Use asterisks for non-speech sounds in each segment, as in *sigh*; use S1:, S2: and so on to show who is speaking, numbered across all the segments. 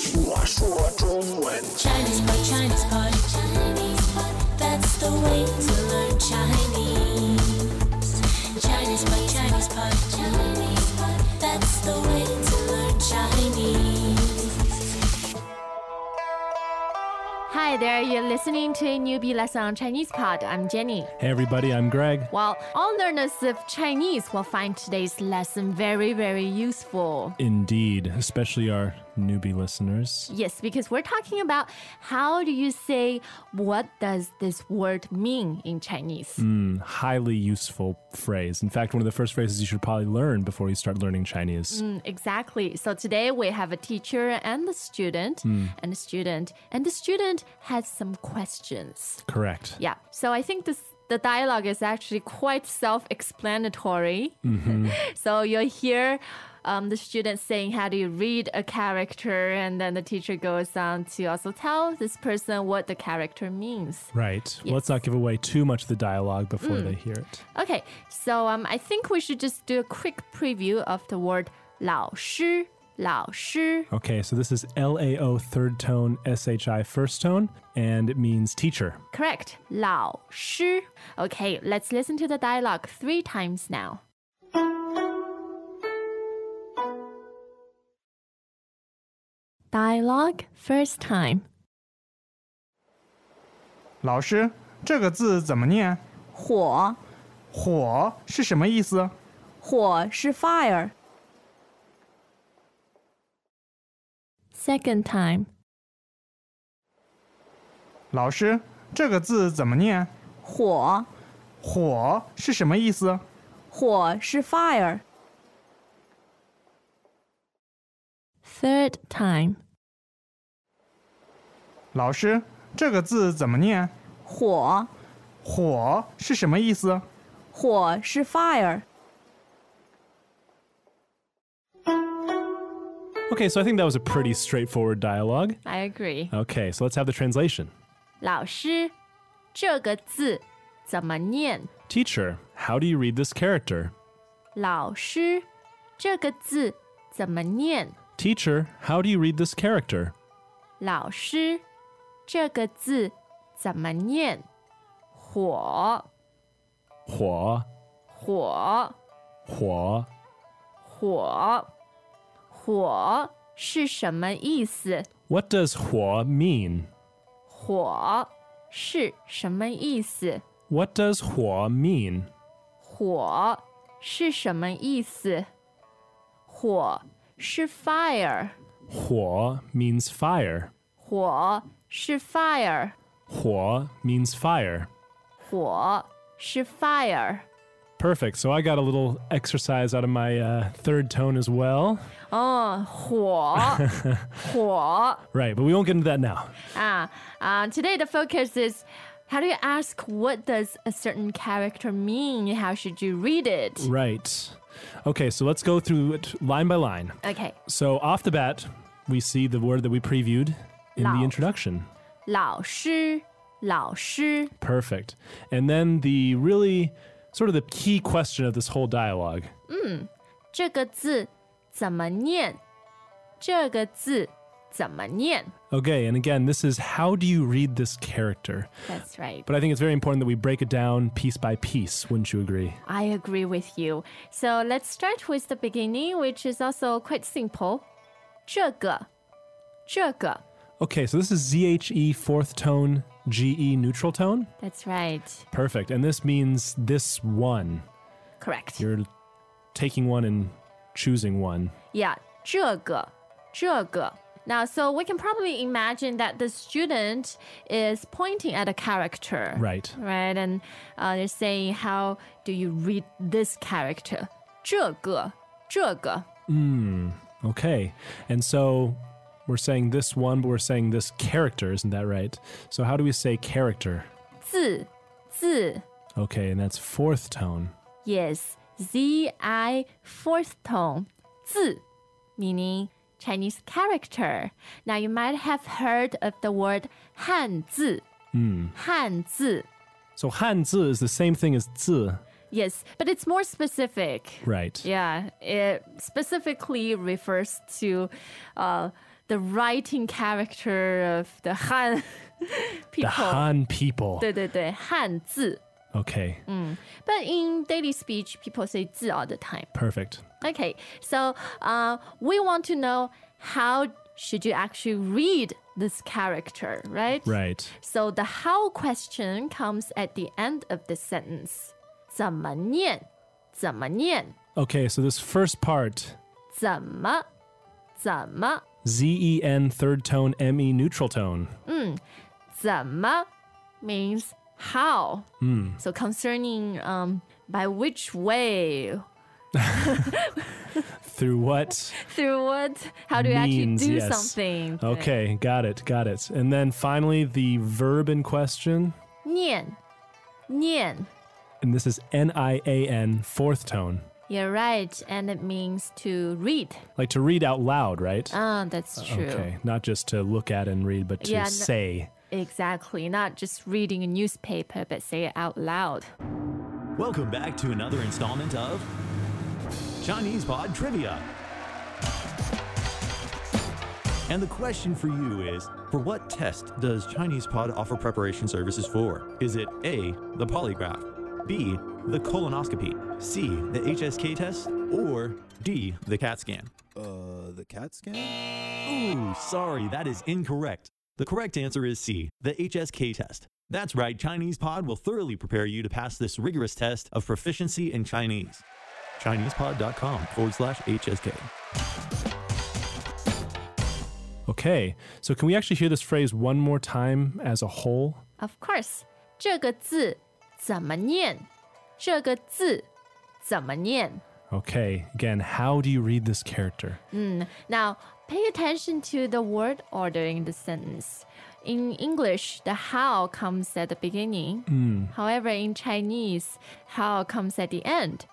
S1: 说中文。
S2: Chinese pot, Chinese pot, Chinese pot. That's the way to learn Chinese. Chinese pot, Chinese pot, Chinese pot. That's the way to learn Chinese.
S3: Hi there, you're listening to a newbie lesson on Chinese Pod. I'm Jenny.
S4: Hey everybody, I'm Greg.
S3: Well, all learners of Chinese will find today's lesson very, very useful.
S4: Indeed, especially our newbie listeners.
S3: Yes, because we're talking about how do you say what does this word mean in Chinese?
S4: Mm, highly useful phrase. In fact, one of the first phrases you should probably learn before you start learning Chinese.
S3: Mm, exactly. So today we have a teacher and a student and a student and the student has some questions.
S4: Correct.
S3: Yeah. So I think this the dialogue is actually quite self-explanatory. *laughs* so you'll hear um, the student saying, "How do you read a character?" And then the teacher goes on to also tell this person what the character means.
S4: Right. Well, let's not give away too much of the dialogue
S3: Mm.
S4: before they hear it.
S3: Okay. So um, I think we should just do a quick preview of the word 老师,老师.
S4: Okay, so this is LAO third tone, SHI first tone, and it means teacher.
S3: Correct. 老师. Okay, let's listen to the dialogue three times now. 'Dialogue first time.
S5: 老师，这个字怎么念？
S6: 火，
S5: 火是什么意思？
S6: 火是 fire。
S3: Second time.
S5: 老师，这个字怎么念？
S6: 火，
S5: 火是什么意思？
S6: 火是 fire。
S3: Third time.
S5: 老师，这个字怎么念？
S6: 火，
S5: 火是什么意思？
S6: 火是 fire。
S4: Okay, so I think that was a pretty straightforward dialogue.
S3: I agree.
S4: Okay, so let's have the translation.
S3: 老师，这个字怎么念？老师，这个字怎么念？
S4: Teacher, how do you read this character? Teacher, how do you read this character?
S3: 老师，这个字怎么念？火，
S4: Hua,
S3: 火，
S4: hua.
S3: 火，火是什么意思？
S4: What does hua mean?
S3: 火是什么意思？
S4: What does hua mean?
S3: 火是什么意思？火是 fire，
S4: Hua means fire.
S3: 火是 fire，
S4: Hua means fire.
S3: 火是 fire。
S4: Perfect. So I got a little exercise out of my uh, third tone as well.
S3: 哦，火，火。
S4: Right, but we won't get into that now.
S3: Ah, uh, today the focus is how do you ask what does a certain character mean? How should you read it?
S4: Right. Okay, so let's go through it line by line.
S3: Okay,
S4: So off the bat, we see the word that we previewed in
S3: Lao.
S4: the introduction.
S3: 老师,老师.
S4: Perfect. And then the really sort of the key question of this whole dialogue.
S3: 这个字怎么念?这个字怎么念?
S4: Okay, and again, this is how do you read this character?
S3: That's right.
S4: But I think it's very important that we break it down piece by piece, wouldn't you agree?
S3: I agree with you. So let's start with the beginning, which is also quite simple. 这个,这个.
S4: Okay, so this is ZHE fourth tone, GE neutral tone.
S3: That's right.
S4: Perfect. And this means this one.
S3: Correct.
S4: You're taking one and choosing one.
S3: Yeah, 这个,这个. Now, so we can probably imagine that the student is pointing at a character.
S4: Right.
S3: Right, and uh, they're saying, how do you read this character? 这个,这个.
S4: Okay. And so we're saying this one, but we're saying this character, isn't that right? So how do we say character?
S3: 字,字.
S4: Okay, and that's fourth tone.
S3: Yes, Z-I fourth tone. 字, meaning Chinese character. Now, you might have heard of the word 汉字.
S4: Hmm.
S3: 汉字.
S4: So hanzi is the same thing as zi.
S3: Yes, but it's more specific.
S4: Right.
S3: Yeah, it specifically refers to uh, the writing character of the Han *laughs*
S4: The
S3: people.
S4: Han people.
S3: 对对对，汉字。
S4: Okay,
S3: But in daily speech, people say 字 all the time.
S4: perfect.
S3: Okay, so uh, we want to know how should you actually read this character, right?
S4: Right.
S3: So the how question comes at the end of the sentence. 怎么念？怎么念？怎么？怎么？
S4: Okay, so this first part Z E N third tone M E neutral tone.
S3: 怎么 means how.
S4: Hmm.
S3: So concerning um, by which way,
S4: Through
S3: *laughs*
S4: what?
S3: through what, how do you
S4: Means,
S3: actually do
S4: yes.
S3: something.
S4: Okay, got it, got it. And then finally, the verb in question,
S3: 念，念。
S4: and this is N I A N fourth tone.
S3: You're right, and it means to read.
S4: Like to read out loud, right?
S3: Ah, that's true.
S4: Uh, Okay, not just to look at and read, but to
S3: Yeah, no-
S4: say.
S3: Exactly. Not just reading a newspaper, but say it out loud.
S1: Welcome back to another installment of Chinese Pod Trivia. And the question for you is For what test does Chinese Pod offer preparation services for? Is it A, the polygraph, B, the colonoscopy, C, the HSK test, or D, the CAT scan?
S7: Uh, the cat scan?
S1: Ooh, sorry, that is incorrect. The correct answer is C, the HSK test. That's right, Chinese Pod will thoroughly prepare you to pass this rigorous test of proficiency in Chinese. ChinesePod.com forward slash HSK.
S4: Okay, so can we actually hear this phrase one more time as a whole?
S3: Of course, 这个字怎么念？这个字怎么念？
S4: Okay, again, how do you read this character?
S3: Mm, Now, pay attention to the word order in the sentence. In English, the how comes at the beginning. However, in Chinese, how comes at the end.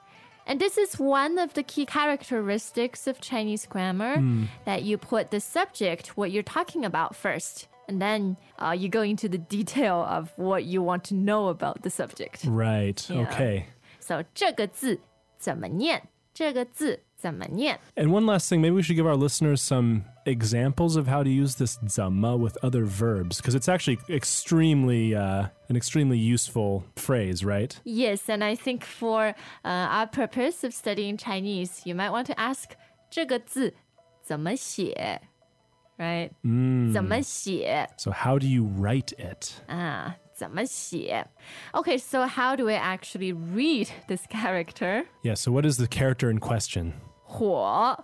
S3: And this is one of the key characteristics of Chinese grammar that you put the subject, what you're talking about, first. And then uh, you go into the detail of what you want to know about the
S4: Mm.
S3: subject.
S4: Right,
S3: Yeah.
S4: okay.
S3: So, 这个字怎么念?这个字怎么念?
S4: And one last thing, maybe we should give our listeners some examples of how to use this zama with other verbs, because it's actually extremely uh, an extremely useful phrase, right?
S3: Yes, and I think for uh, our purpose of studying Chinese, you might want to ask 这个字怎么写, right? 怎么写 Ah,
S4: So how do you write it?
S3: 啊？怎么写 Okay, so how do we actually read this character?
S4: Yeah. So what is the character in question?
S3: 火,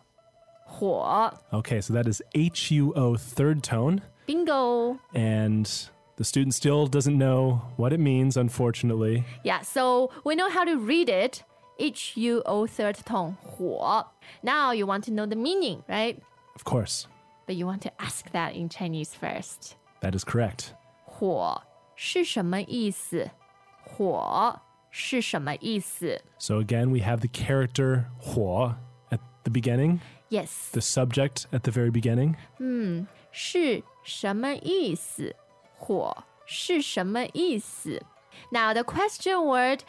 S3: 火
S4: Okay, so that is H U O third tone,
S3: bingo.
S4: and the student still doesn't know what it means, unfortunately.
S3: Yeah, so we know how to read it. H U O third tone 火. Now you want to know the meaning, right?
S4: Of course,
S3: But you want to ask that in Chinese first.
S4: that is correct.
S3: 火是什么意思？火是什么意思
S4: So again, we have the character Huo at the beginning,
S3: ？Yes，
S4: the subject at the very beginning.
S3: 是什么意思？火是什么意思？Now the question word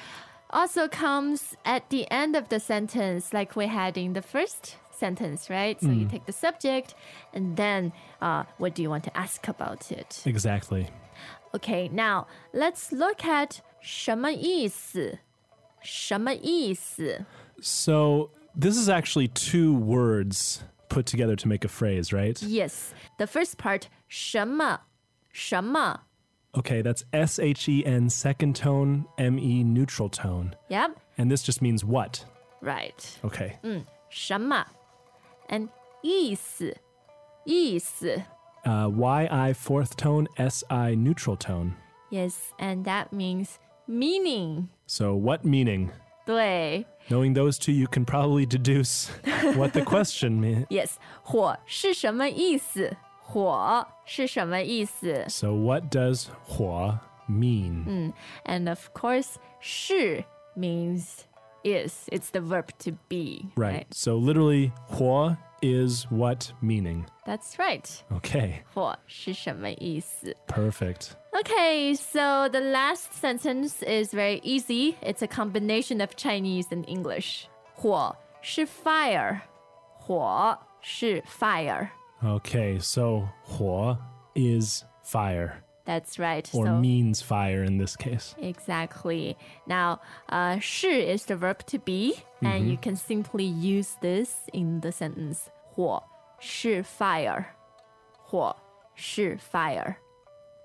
S3: also comes at the end of the sentence, like we had in the first sentence, right? So you take the subject, and then uh, what do you want to ask about it?
S4: Exactly.
S3: Okay, now let's look at 什么意思？什么意思？
S4: So this is actually two words put together to make a phrase, right?
S3: Yes, the first part 什么,什么.
S4: Okay, that's S H E N second tone, M E neutral tone.
S3: Yep,
S4: And this just means what?
S3: right.
S4: Okay.
S3: 什么 and 意思,意思.
S4: Uh, y I fourth tone, S I neutral tone.
S3: Yes, and that means meaning.
S4: So what meaning?
S3: 对,
S4: Knowing those two, you can probably deduce what the question means.
S3: yes, 火是什么意思?火是什么意思?
S4: So what does hua mean?
S3: And of course, 是 means is. It's the verb to be.
S4: Right. So literally, hua is what meaning.
S3: That's right.
S4: Okay.
S3: 火是什么意思?
S4: Perfect.
S3: Okay, so the last sentence is very easy. It's a combination of Chinese and English. 火是 fire. 火是 fire.
S4: Okay, so huo is fire
S3: That's right.
S4: or
S3: so
S4: means fire in this case.
S3: Exactly. Now, uh, 是 is the verb to be, and you can simply use this in the sentence. 火是 fire. 火是 fire.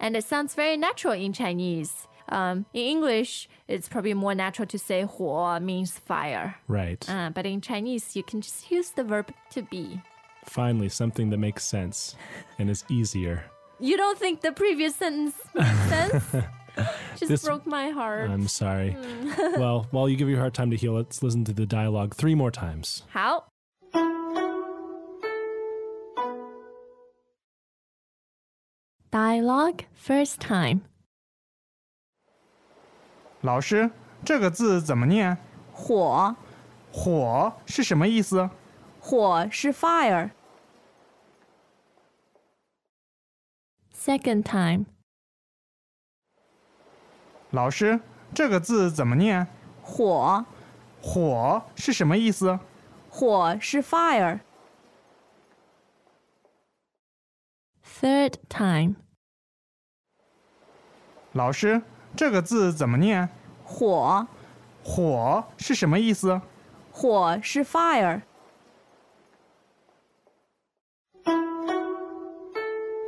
S3: And it sounds very natural in Chinese. Um, in English, it's probably more natural to say 火 means fire.
S4: Right.
S3: Uh, but in Chinese, you can just use the verb to be.
S4: Finally, something that makes sense and is easier.
S3: You don't think the previous sentence makes sense? Just
S4: This-
S3: broke my heart.
S4: I'm sorry. well, while you give your heart time to heal, let's listen to the dialogue three more times.
S3: 好。Dialogue first time.
S5: 老师，这个字怎么念？
S6: 火
S5: 火是什么意思？
S6: 火是 fire，
S3: Second time.
S5: 老师，这个字怎么念？
S6: 火
S5: 火是什么意思？
S6: 火是 fire，
S3: Third time.
S5: 老师，这个字怎么念？
S6: 火
S5: 火是什么意思？
S6: 火是 fire，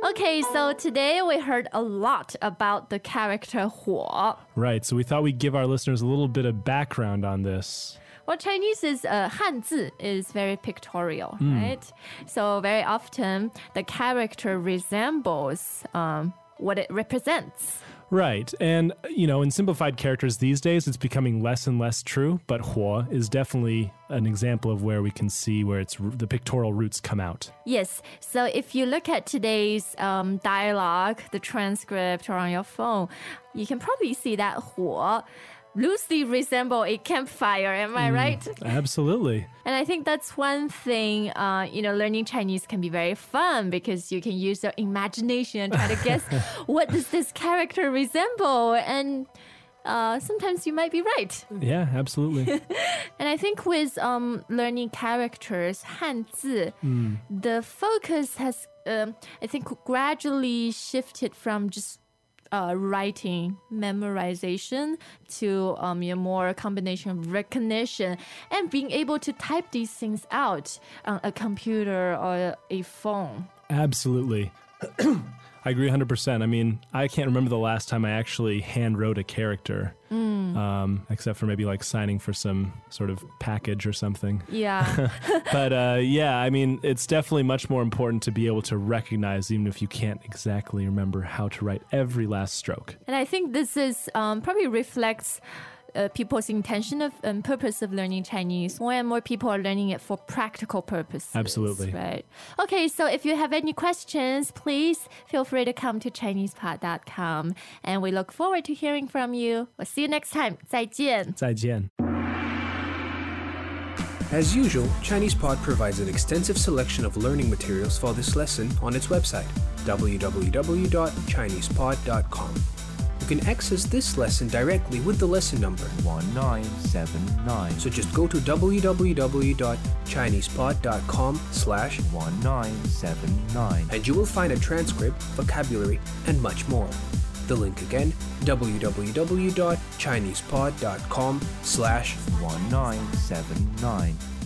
S3: Okay, so today we heard a lot about the character 火.
S4: Right, so we thought we'd give our listeners a little bit of background on this.
S3: Well, Chinese is uh, 汉字 is very pictorial, right? So very often the character resembles um, what it represents.
S4: Right, and you know, in simplified characters these days, it's becoming less and less true, but huo is definitely an example of where we can see where it's the pictorial roots come out.
S3: Yes. So if you look at today's um, dialogue, the transcript, or on your phone, you can probably see that 火 loosely resemble a campfire. Am I right?
S4: Absolutely.
S3: And I think that's one thing. Uh, you know, learning Chinese can be very fun because you can use your imagination and try to guess what does this character resemble, and uh, sometimes you might be right.
S4: Yeah, absolutely.
S3: And I think with um, learning characters, 汉字, the focus has, um, I think, gradually shifted from just uh, writing, memorization, to um, you know, more combination of recognition and being able to type these things out on a computer or a phone.
S4: absolutely. I agree 100%. I mean, I can't remember the last time I actually hand wrote a character, um, except for maybe like signing for some sort of package or something. *laughs*
S3: Yeah.
S4: but uh, yeah, I mean, it's definitely much more important to be able to recognize, even if you can't exactly remember how to write every last stroke.
S3: And I think this is um, probably reflects uh, people's intention of and purpose of learning Chinese. More and more people are learning it for practical purposes.
S4: Absolutely.
S3: Right. Okay, so if you have any questions, please feel free to come to ChinesePod.com. And we look forward to hearing from you. We'll see you next time. 再见.
S4: 再见.
S8: As usual, ChinesePod provides an extensive selection of learning materials for this lesson on its website, www.chinesepod.com. You can access this lesson directly with the lesson number,
S9: 1979
S8: so just go to www.chinesepod.com slash
S9: 1979
S8: and you will find a transcript, vocabulary, and much more. The link again, www.chinesepod.com slash
S9: 1979